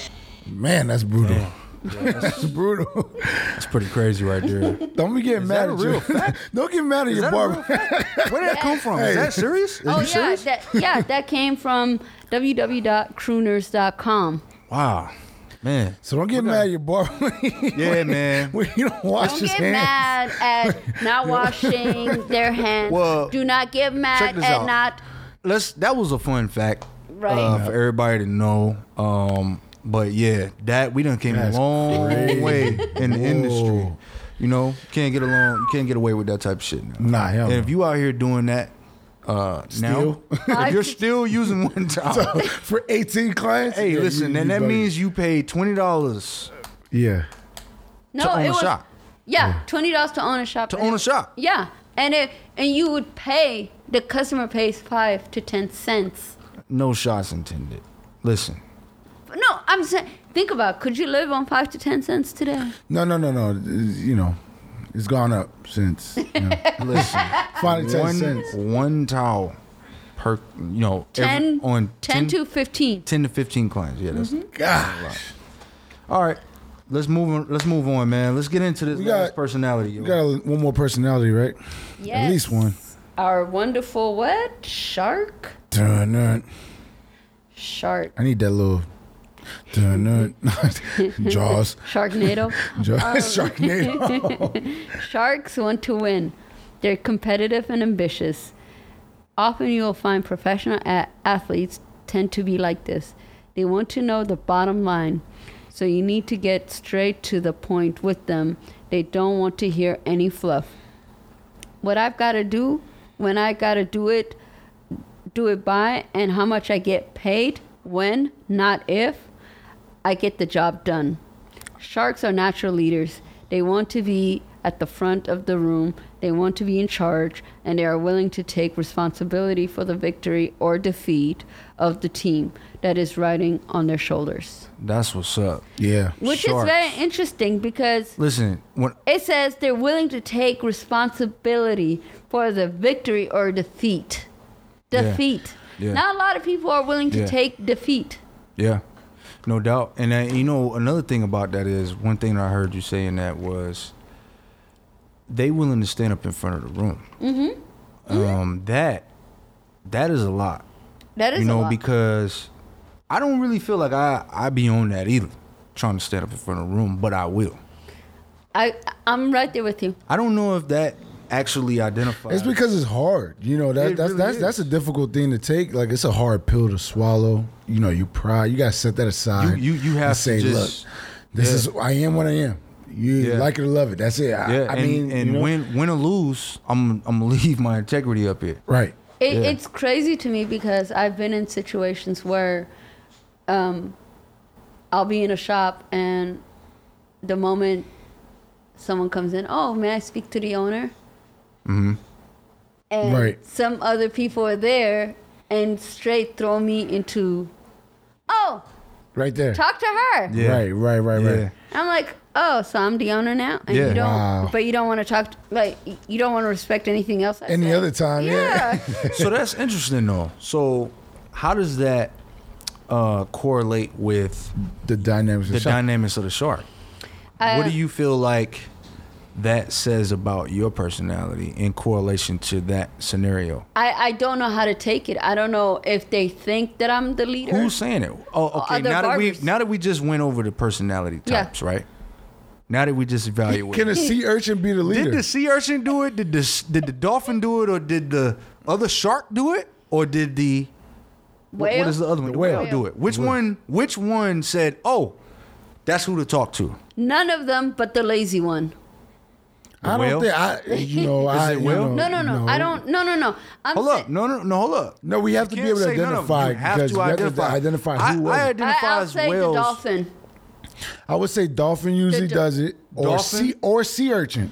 A: Man, that's brutal. [LAUGHS] that's brutal.
C: [LAUGHS] That's pretty crazy right there.
A: Don't be getting mad
C: that a
A: at
C: real
A: you. [LAUGHS] Don't get mad at your barber.
C: Where did that come from? Is that serious? Is
B: oh
C: you
B: yeah,
C: serious?
B: that yeah, that came from www.crooners.com.
C: Wow, man.
A: [LAUGHS] So don't get mad at your barber.
C: [LAUGHS] Yeah, man.
A: when you don't wash
B: Don't
A: his
B: get
A: hands.
B: mad at
C: [LAUGHS]
B: not washing their hands.
C: Well,
B: Do not get
C: check
B: mad
C: this
B: at
C: out.
B: not.
C: Let's. That was a fun fact,
B: Right.
C: Uh, for everybody to know. Um, but yeah, that we done came
A: That's
C: a long
A: crazy.
C: way in the industry.
A: Whoa.
C: You You know, can't get along. You can't get away with that type of shit. Now.
A: Nah, hell
C: And
A: no.
C: if you out here doing that uh,
A: Still?
C: now, if you're still using one [LAUGHS] time,
A: [LAUGHS] for 18 clients.
C: hey,
A: Yeah,
C: listen,
A: you-
C: and
A: you
C: that
A: bugging.
C: means you paid twenty dollars
A: yeah,
B: No,
C: to own
B: it
C: a
B: was
C: shop.
B: yeah, twenty dollars to own a shop.
C: To
B: and
C: own
B: it-
C: a shop.
B: Yeah, and it and you would pay the customer pays five to ten cents.
C: No shots intended. Listen,
B: But no, I'm saying think about it. could you live on five to ten cents today?
A: no, no, no, no. You know, it's gone up since you
C: [LAUGHS]
A: know, [LAUGHS]
C: listen.
A: finally 10
C: one [LAUGHS]
A: cents.
C: one towel per you know every-
B: Ten
C: on
B: 10 to fifteen.
C: 10 to 15 clients. Yeah, that's
A: Mm-hmm. Gosh,
C: All right. Let's move on. Let's move on, man. Let's get into this
A: We
C: last
A: got-
C: personality. Yo.
A: you got a- one more personality, right?
B: Yes.
A: At least one.
B: Our wonderful what shark?
A: Dun, dun.
C: [LAUGHS]
B: Shark.
A: I need that little. Dun, dun. [LAUGHS] Jaws.
B: Sharknado.
A: Jaws. [LAUGHS] Sharknado.
C: [LAUGHS]
B: Sharks want to win. They're competitive and ambitious. Often you will find professional a- athletes tend to be like this. They want to know the bottom line. So you need to get straight to the point with them. They don't want to hear any fluff. What I've got to do, when I got to do it, do it by, and how much I get paid, when, not if, I get the job done. Sharks are natural leaders. They want to be at the front of the room, they want to be in charge, and they are willing to take responsibility for the victory or defeat of the team that is riding on their shoulders.
C: That's what's up.
A: yeah.
B: Which is
C: Sharks.
B: very interesting because
C: Listen, when
B: it says they're willing to take responsibility for the victory or defeat.
C: Yeah.
B: Defeat.
C: Yeah.
B: Not a lot of people are willing to
C: Yeah.
B: take defeat.
C: yeah, no doubt. And uh, you know, another thing about that is one thing that I heard you saying that was they willing to stand up in front of the room. Mm-hmm. Um, that that is a lot.
B: That is
C: you
B: a
C: know,
B: lot.
C: because I don't really feel like I I be on that either, trying to stand up in front of the room, but I will.
B: I I'm right there with you.
C: I don't know if that actually identifies.
A: It's because it's hard. You know that
C: It
A: that's
C: really
A: that's
C: is.
A: that's a difficult thing to take. Like it's a hard pill to swallow. You know, you pride. You gotta set that aside.
C: You- you- you have
A: and
C: to
A: say,
C: just-
A: look, this
C: yeah.
A: is I am what I am. You
C: Yeah.
A: like it or love it. That's it. I,
C: yeah,
A: I
C: and,
A: mean,
C: and
A: you know-
C: win win or lose, I'm I'm gonna [LAUGHS] leave my integrity up here.
A: right.
B: It,
C: Yeah.
B: It's crazy to me because I've been in situations where um, I'll be in a shop and the moment someone comes in, oh, may I speak to the owner? Mm-hmm. And
A: Right.
B: some other people are there and straight throw me into, oh,
A: Right there.
B: talk to her.
C: Yeah.
A: Right, right, right,
C: Yeah.
A: right.
B: I'm like, oh, so I'm the owner now, and
C: Yeah.
B: you don't,
A: Wow.
B: but you don't want to talk, to, like, y- you don't want to respect anything else. I
A: Any
B: said.
A: other time, yeah.
C: so that's interesting though. So how does that uh, correlate with
A: The dynamics of
C: the
A: the shop.
C: dynamics of the shark? what
A: [LAUGHS]
B: Uh,
C: do you feel like that says about your personality in correlation to that scenario?
B: I, I don't know how to take it. I don't know if they think that I'm the leader.
C: Who's saying it? Oh, okay.
B: Other
C: Now that we
B: barbers.
C: now that we just went over the personality
B: Yeah.
C: types, right? Now that we just evaluated,
A: Can a sea urchin be the leader?
C: Did the sea urchin do it? Did the did the dolphin do it, or did the other shark do it, or did the what- what
B: Whale?
C: is the other one? The
A: whale.
C: whale do it. Which one? Which one said, "Oh, that's who to talk to"?
B: None of them but the lazy one.
A: I don't
C: whale?
A: think I. You
C: [LAUGHS]
A: know, I.
C: it
A: you
C: whale?
A: know,
B: No, no, no. I don't. No, no, no. I'm
C: Oh, Hold up!
B: saying-
C: No, no, no. Hold up!
A: No, we have to be
C: Can't
A: able to
C: say none of them.
A: identify
C: You have
A: because
C: to
A: we have to
C: identify.
A: identify
C: I,
A: who was
C: I
A: it.
B: I,
C: identify
B: I'll
C: as
B: say the
C: whales.
B: dolphin.
A: I would say dolphin usually
B: do-
A: does it, or
C: Dolphin?
A: sea or sea urchin,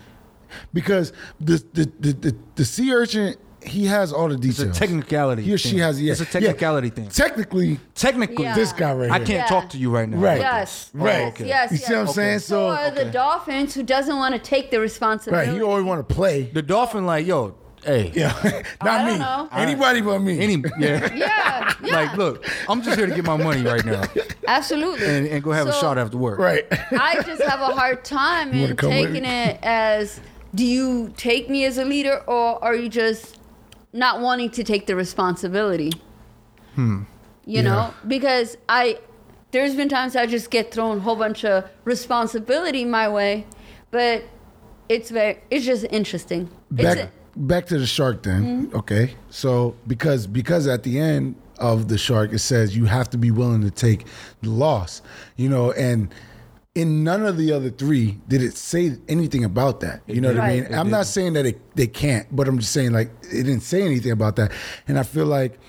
A: because the the the, the, the sea urchin he has all the
C: It's a
A: details.
C: technicality.
A: He or she
C: thing.
A: has yeah.
C: It's a
A: yeah.
C: technicality thing.
A: Technically,
C: Technically,
B: Yeah.
A: this guy right
C: I
A: here.
C: can't
B: Yeah.
C: talk to you right now.
A: Right.
C: about
B: Yes.
C: this.
A: Right.
C: Oh,
B: Yes.
C: okay.
B: Yes.
A: You
B: yes.
A: see what I'm saying?
B: So
A: So-
B: are the dolphins who doesn't want to take the
A: right?
B: responsibility.
A: He always want to play. [LAUGHS]
C: The dolphin, like, yo, hey,
A: Yeah, not
B: I
A: me.
B: don't know.
A: Anybody but me.
C: any,
B: Yeah.
C: yeah.
B: [LAUGHS] Yeah.
C: [LAUGHS] Like, look, I'm just here to get my money right now
A: [LAUGHS]
B: absolutely.
C: and, and go have a
B: So-
C: shot after work.
A: right?
B: I just have a hard time
A: wanna
B: in
A: come with
B: taking
A: me?
B: it as do you take me as a leader or are you just not wanting to take the responsibility? Hmm. You know, because I there's been times I just get thrown a whole bunch of responsibility my way, but it's very it's just interesting.
A: back
B: it's
A: back to the shark then
B: Mm-hmm.
A: okay so because because at the end of the shark it says you have to be willing to take the loss you know and in none of the other three did it say anything about that. You know what I mean?
B: didn't.
A: I'm not saying that it, they can't, but I'm just saying like it didn't say anything about that. And I feel like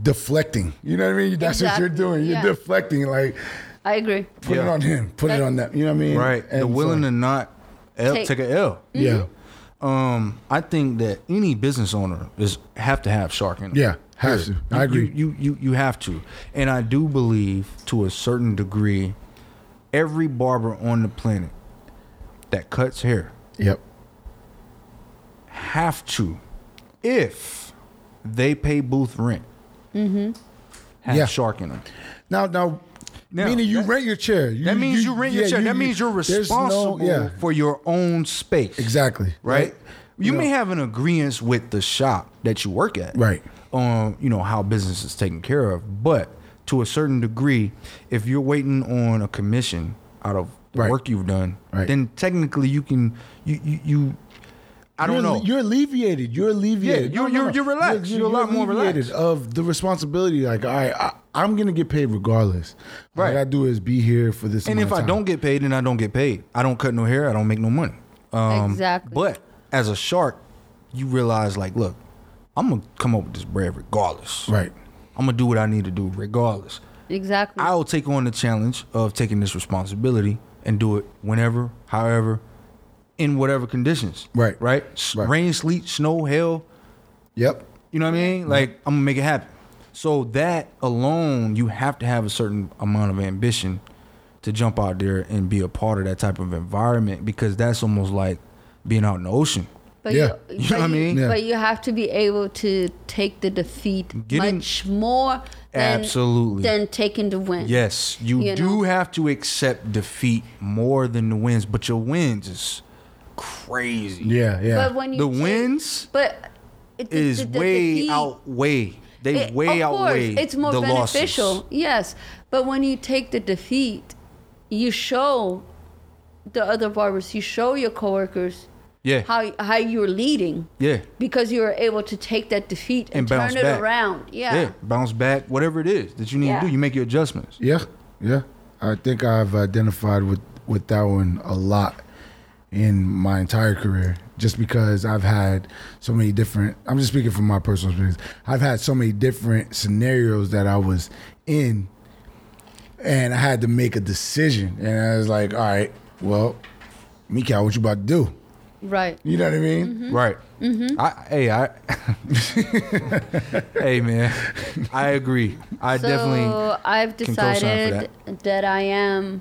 A: deflecting. You know what I mean? That's what
B: Exactly,
A: you're doing. You're
B: yeah.
A: deflecting. Like
B: I agree.
A: put it
C: Yeah.
A: on him. Put it
B: That-
A: on them. You know what I mean?
C: Right.
A: And
C: the willing
A: so-
C: to not L,
B: Take-
C: take, a L.
B: Mm-hmm.
A: Yeah.
C: Um, I think that any business owner is have to have shark in them.
A: Yeah. Has
C: Period.
A: to. I
C: You-
A: agree.
C: You, you you you have to, and I do believe to a certain degree, every barber on the planet that cuts hair
A: Yep.
C: have to, if they pay booth rent,
B: Mm-hmm.
C: have
A: Yeah.
C: shark in them.
A: Now, now,
C: Now,
A: meaning you
C: that-
A: rent your chair. You,
C: That means you, rent your
A: yeah,
C: chair.
A: you-
C: that means you're
A: there's no-
C: responsible
A: yeah.
C: for your own space.
A: Exactly.
C: right? You
A: know-
C: may have an agreement with the shop that you work at,
A: Right.
C: On you know how business is taken care of, but to a certain degree, if you're waiting on a commission out of the
A: Right.
C: work you've done,
A: Right.
C: then technically you can you you. you I don't
A: you're,
C: know.
A: You're alleviated. You're alleviated.
C: Yeah, you're- you're- you're relaxed. You're a lot more
A: alleviated
C: relaxed.
A: of the responsibility. Like, all right, I, I'm gonna get paid regardless. All I
C: Right.
A: gotta do is be here for this.
C: and
A: amount
C: if
A: of
C: I
A: time.
C: don't get paid, then I don't get paid. I don't cut no hair. I don't make no money. Um,
B: Exactly.
C: But as a shark, you realize like, look, I'm gonna come up with this bread regardless.
A: right,
C: I'm gonna do what I need to do regardless.
B: Exactly.
C: I'll take on the challenge of taking this responsibility and do it whenever, however, in whatever conditions.
A: Right.
C: Right. S-
A: Right.
C: Rain, sleet, snow, hail.
A: yep,
C: You know what I
A: Mm-hmm.
C: mean? Like I'm gonna make it happen. So that alone, you have to have a certain amount of ambition to jump out there and be a part of that type of environment because that's almost like being out in the ocean.
B: But
A: Yeah.
B: you,
C: [LAUGHS] You know
B: but
C: what I mean?
A: Yeah.
B: But you have to be able to take the defeat
C: Getting-
B: much more than,
C: Absolutely.
B: than taking the win.
C: Yes, you,
B: You
C: do
B: know?
C: have to accept defeat more than the wins, but your wins is crazy.
A: yeah, yeah.
B: But when you
C: The
B: take-
C: wins
B: but it, the-
C: is
B: the- the
C: way
B: defeat-
C: outweigh. They
B: it-
C: way
B: of course,
C: outweigh
B: It's more
C: the
B: beneficial.
C: losses.
B: Yes, but when you take the defeat, you show the other barbers, you show your coworkers
C: Yeah.
B: how how you're leading.
C: Yeah.
B: Because you were able to take that defeat and,
C: And bounce
B: turn it
C: back.
B: around. Yeah.
C: bounce back, whatever it is that you need
B: Yeah.
C: to do, you make your adjustments.
A: Yeah, yeah. I think I've identified with with that one a lot in my entire career, just because I've had so many different. I'm just speaking from my personal experience. I've had so many different scenarios that I was in, and I had to make a decision, and I was like, all right, well, Mikal, what you about to do?
B: Right.
A: You know what I mean?
B: Mm-hmm.
C: Right. I, hey, I. [LAUGHS] hey, man. I agree. I
B: so
C: definitely.
B: I've
C: can co-sign for
B: decided that. I am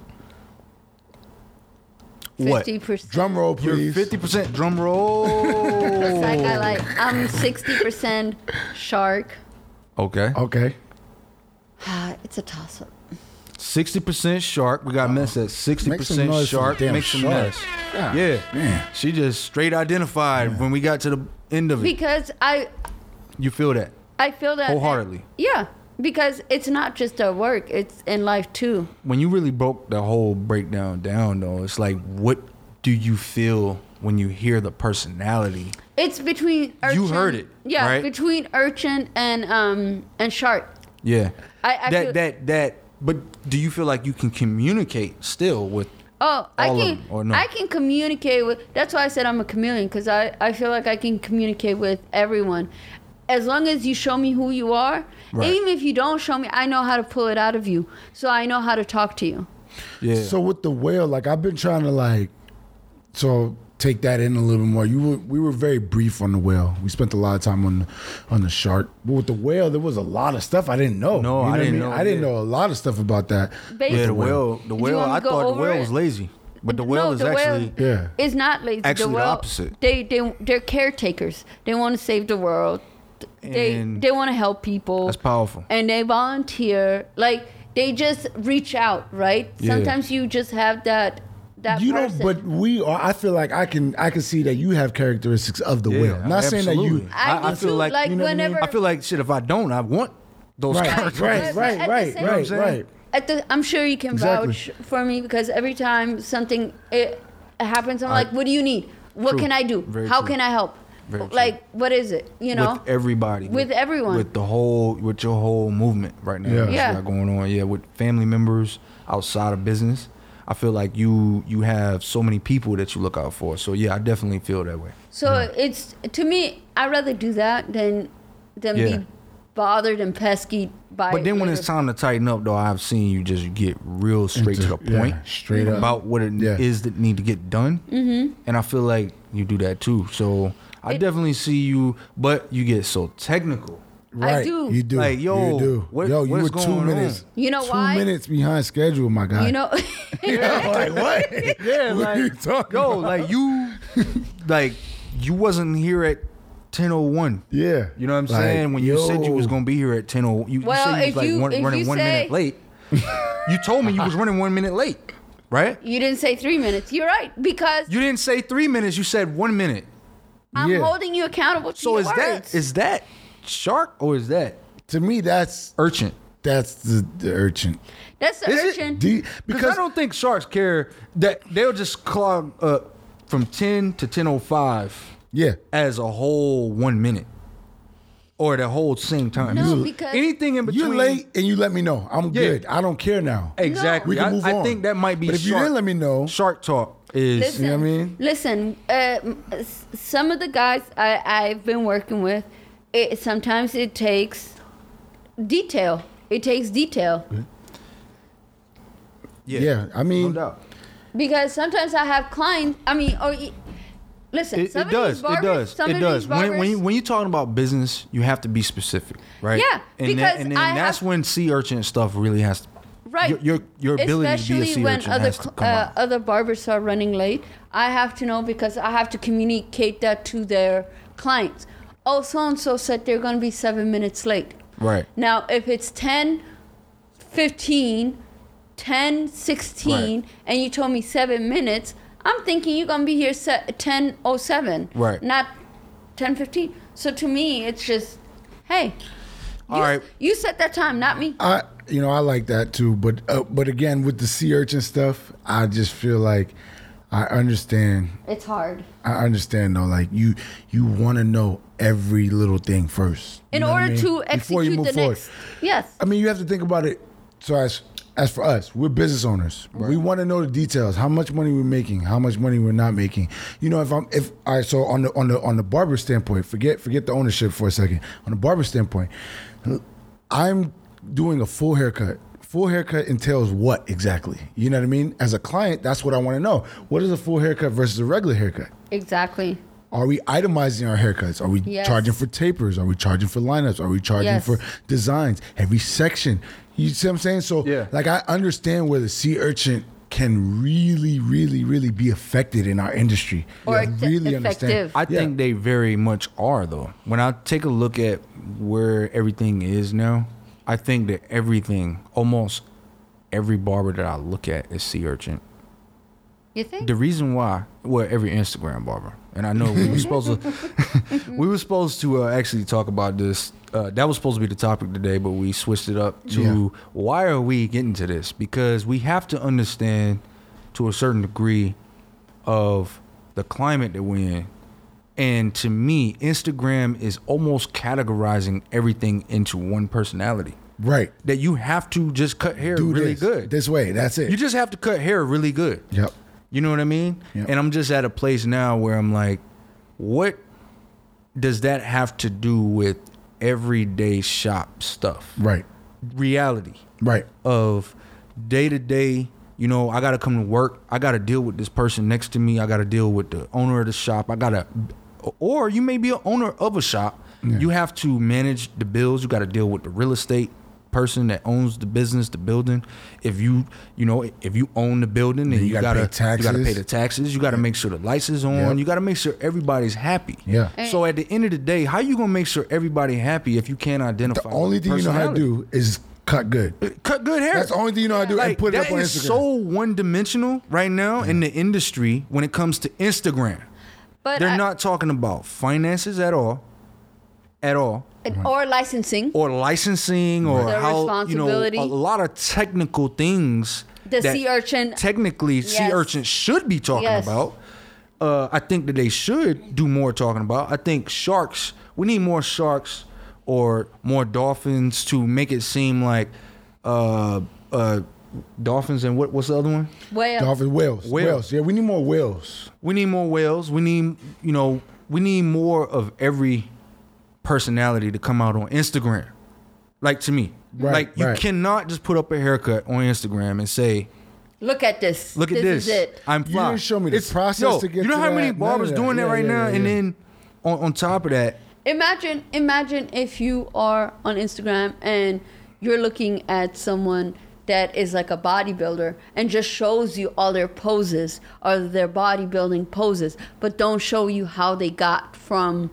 C: What?
B: fifty percent.
A: Drum roll,
C: You're
A: please.
C: fifty percent drum roll.
B: It's like I like I'm sixty percent shark. [SIGHS]
C: Okay.
A: Okay.
B: Ah, it's a toss up.
C: Sixty percent shark. We got mess at sixty
A: Make some
C: percent
A: noise for
C: shark.
A: the damn
C: Make some
A: shark.
C: mess.
A: God
C: Yeah.
A: damn.
C: She just straight identified when we got to the end of it.
B: Because I
C: you feel that.
B: I feel that
C: Wholeheartedly.
B: yeah. Because it's not just at work, it's in life too.
C: When you really broke the whole breakdown down though, it's like what do you feel when you hear the personality?
B: It's between urchin,
C: You heard it,
B: Yeah,
C: right?
B: between urchin and um and shark.
C: Yeah.
B: I- I
C: that
B: feel-
C: that that but do you feel like you can communicate still with
B: Oh, I
C: All of
B: can
C: them, or no?
B: I can communicate with. That's why I said I'm a chameleon because I I feel like I can communicate with everyone, as long as you show me who you are.
C: Right.
B: Even if you don't show me, I know how to pull it out of you. So I know how to talk to you.
C: Yeah.
A: So with the whale, like I've been trying to like, so take that in a little bit more. You were, we were very brief on the whale. We spent a lot of time on the, on the shark, but with the whale, there was a lot of stuff I didn't know.
C: No,
A: You
C: I
A: what
C: didn't
A: mean?
C: know,
A: I didn't
C: yeah.
A: know a lot of stuff about that.
B: Basically,
C: yeah, the whale
B: Do
C: the
B: you
C: whale
B: want me
C: I
B: to go
C: thought the
B: over
C: whale
B: it?
C: was lazy. But the whale
B: no,
C: is
B: the
C: actually
B: whale
A: Yeah.
B: is not lazy.
C: Actually
B: the,
C: the
B: whale,
C: opposite.
B: They they they're caretakers. They want to save the world. They
C: And
B: they want to help people.
C: that's powerful.
B: And they volunteer. Like they just reach out, right?
C: Yeah.
B: Sometimes you just have that that
A: You know,
B: person.
A: but we are. I feel like I can. I can see that you have characteristics of the whale.
C: Yeah,
A: Not saying that
C: absolutely.
A: you.
B: I,
C: I- I
B: do
C: feel
B: too,
C: like-
B: like
A: you know what I mean?
B: whenever
C: I feel like shit. If I don't, I want those
A: Right,
C: characters.
A: right,
B: But at
A: right,
B: the
A: right,
B: same
A: right,
B: time-
A: right.
B: at the, I'm sure you can
A: Exactly.
B: vouch for me because every time something it happens, I'm
C: I-
B: like, what do you need? What
C: True.
B: can I do?
C: Very
B: How
C: true.
B: can I help?
C: Very true.
B: like, what is it? You know,
C: with everybody,
B: with, everyone.
C: with the whole, with your whole movement right now.
A: Yeah.
C: that you
B: Yeah.
C: got going on. Yeah, with family members, outside of business. I feel like you you have so many people that you look out for. So yeah, I definitely feel that way.
B: So it's to me, I'd rather do that than than
C: Yeah.
B: be bothered and pesky by.
C: But then when it's
B: later.
C: time to tighten up, though, I've seen you just get real straight to the
A: yeah,
C: point,
A: straight up.
C: about what it is
A: Yeah.
C: that need to get done. Mm-hmm. And I feel like you do that too. So I definitely see you, but you get so technical.
A: Right.
B: do.
A: You do.
C: Like, yo,
A: you do.
C: what-
A: yo, you
C: what's
A: were two
C: going
A: minutes.
B: on? You know
A: two
B: why?
A: minutes behind schedule, my guy.
B: you know, [LAUGHS]
A: [LAUGHS] like what?
C: [LAUGHS] Yeah,
A: [LAUGHS] What are you talking
C: yo,
A: about? [LAUGHS]
C: like you, like you wasn't here at ten oh one.
A: Yeah.
C: You know what I'm
A: Like,
C: saying? When you said you was
A: yo.
C: gonna be here at ten oh, you,
B: Well,
C: you
B: if
C: said you was like
B: you-
C: one,
B: if
C: running
B: you
C: one
B: say-
A: [LAUGHS]
C: minute late. you told me you was running one minute late, right?
B: you didn't say three minutes. You're right because
C: You didn't say three minutes. You said one minute.
B: I'm
A: Yeah.
B: holding you accountable to
C: So
B: your
C: is
B: words.
C: that is that shark or is that
A: To me, that's
C: urchin?
A: that's the, the urchin.
B: That's the
C: is it
B: urchin.
A: D,
C: Because I
A: because
C: don't think sharks care that they'll just clog up from ten to ten oh five
A: yeah,
C: as a whole one minute or the whole same time.
B: No, You- because-
C: anything in between.
A: you're late and you let me know. I'm
C: Yeah.
A: good. I don't care now.
C: Exactly.
A: We can
C: I-
A: move
C: I,
A: on.
C: think that might be.
A: But if you
C: shark-
A: didn't let me know-
C: shark talk is.
B: Listen,
A: You know what I mean?
B: Listen, uh, m- s- some of the guys I, I've been working with, it, sometimes it takes detail. It takes detail
C: yeah,
A: yeah, I mean-
C: no doubt.
B: because sometimes I have clients. I mean, or y- listen,
C: It,
B: some
C: it
B: of
C: does.
B: these barbers,
C: It does.
B: some
C: It
B: of
C: does.
B: These
C: When, when,
B: barbers-
C: you, when you're talking about business, you have to be specific, right?
B: Yeah,
C: And then,
B: because
C: and then
B: I
C: that's
B: have-
C: when sea urchin stuff really has to.
B: right
C: Your your, your ability to be a
B: especially
C: sea
B: when
C: urchin
B: other
C: has to
B: cl-
C: come
B: uh,
C: out.
B: other barbers are running late i have to know because i have to communicate that to their clients oh so and so said they're going to be seven minutes late
C: Right.
B: now if it's 10 15 10 16
C: Right.
B: and you told me seven minutes i'm thinking you're going to be here se- 10 07
C: Right.
B: not 10 15 so to me it's just hey
C: All
B: you,
C: right.
B: you set that time not me
A: I you know I like that too, but uh, but again with the sea urchin stuff, I just feel like I understand.
B: it's hard
A: I understand though, like you you want to know every little thing first You
B: in
A: know what
B: order
A: I mean?
B: to
A: Before
B: execute
A: you
B: the
A: move forward.
B: next. Yes.
A: I mean, you have to think about it. So as as for us, we're business owners. We want to know the details: how much money we're making, how much money we're not making. You know, if I'm if all right, so on the on the on the barber standpoint, forget forget the ownership for a second. On the barber standpoint, I'm doing a full haircut. Full haircut entails what exactly? You know what I mean? As a client, that's what I want to know. What is a full haircut versus a regular haircut?
B: Exactly.
A: Are we itemizing our haircuts? Are we
B: Yes.
A: charging for tapers? Are we charging for lineups? Are we charging
B: Yes.
A: for designs? Every section. You see what I'm saying? So,
C: Yeah.
A: like, I understand where the sea urchin can really, really, really be affected in our industry.
B: Or
A: I
B: eff-
A: really
B: effective.
A: understand.
C: I
A: Yeah.
C: think they very much are though. When I take a look at where everything is now, I think that everything, almost every barber that I look at is sea urchin.
B: You think?
C: The reason why, well, every Instagram barber, and I know we were supposed to, [LAUGHS] we were supposed to uh, actually talk about this. Uh, that was supposed to be the topic today, but we switched it up to
A: Yeah.
C: why are we getting to this? Because we have to understand to a certain degree of the climate that we're in. And to me, Instagram is almost categorizing everything into one personality.
A: Right.
C: That you have to just cut hair
A: Do
C: really
A: this,
C: good.
A: This way. That's it.
C: You just have to cut hair really good.
A: Yep.
C: You know what I mean?
A: Yep.
C: And I'm just at a place now where I'm like, what does that have to do with everyday shop stuff?
A: Right.
C: Reality
A: Right.
C: of day to day, you know, I got to come to work. I got to deal with this person next to me. I got to deal with the owner of the shop. I got to, or you may be an owner of a shop. You have to manage the bills. You got to deal with the real estate person that owns the business, the building. If you, you know, if you own the building, then
A: you
C: you,
A: gotta
C: gotta,
A: pay
C: you gotta pay
A: taxes.
C: the taxes. You got to make sure the lights is on.
A: Yep.
C: You got to make sure everybody's happy.
A: Yeah.
C: So at the end of the day, how you gonna make sure everybody happy if you can't identify?
A: The only thing you know how to
C: personality?
A: do is cut good.
C: cut good hair.
A: That's the only thing you know how to do and
C: Like,
A: put it
C: that
A: up on Instagram.
C: is so one dimensional right now in the industry when it comes to Instagram.
B: but
C: They're
B: I-
C: not talking about finances at all, at all,
B: Or licensing.
C: or licensing or
B: Their
C: how you know
B: responsibility.
C: a lot of technical things.
B: The E
C: that
B: sea urchin-
C: technically sea
B: Yes.
C: urchin should be talking
B: Yes.
C: about. Uh, I think that they should do more talking about. I think sharks. We need more sharks or more dolphins to make it seem like uh, uh, Dolphins and what? What's the other one?
B: Well,
A: Dolphins, Wales,
C: Wales.
A: Wales. Yeah, we need more Wales.
C: We need more whales. We need you know we need more of every personality to come out on Instagram. Like to me,
A: Right,
C: like you
A: right.
C: cannot just put up a haircut on Instagram and say,
B: look at this.
C: "Look at this,
B: is it.
C: I'm
A: You
C: fly."
A: didn't show me the process
C: yo,
A: to get
C: You know
A: to
C: how many
A: that? None of
C: barbers
A: that.
C: doing that
A: Yeah,
C: right
A: yeah,
C: now, and
A: yeah.
C: then on, on top of that,
B: imagine imagine if you are on instagram and you're looking at someone that is like a bodybuilder and just shows you all their poses or their bodybuilding poses but don't show you how they got from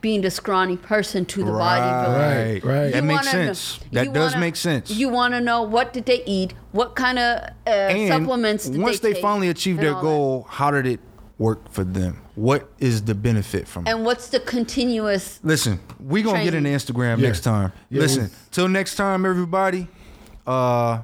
B: being the scrawny person to the bodybuilder
A: Right, right.
B: You
C: That makes
B: wanna know-
C: sense.
B: you
C: That does
B: wanna-
C: make sense.
B: You want to know what did they eat? What kind of uh,
C: and
B: supplements? Did
C: once
B: they,
C: they,
B: take,
C: finally achieve
B: and
C: their
B: all that.
C: goal, how did it work for them? What is the benefit from it?
B: and what's the continuous?
C: Listen, we gonna get into
B: Training.
C: Instagram
A: Yeah.
C: next time.
A: Yeah,
C: Listen,
A: we-
C: till next time, everybody. Uh,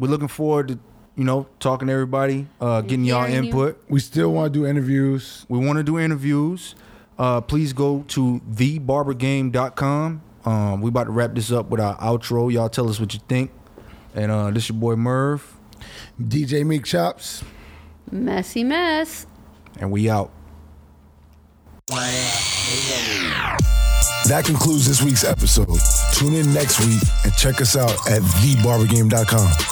C: we're looking forward to you know talking to everybody, uh, getting y'all
B: Hearing you.
C: input.
A: We still want to do interviews.
C: We want to do interviews. Uh, please go to thebarbergame.com. Um, we about to wrap this up with our outro. Y'all tell us what you think. And uh, this your boy Merv,
A: DJ Meek Chops.
B: Messy mess.
C: and we out.
F: That concludes this week's episode. Tune in next week and check us out at thebarbergame.com.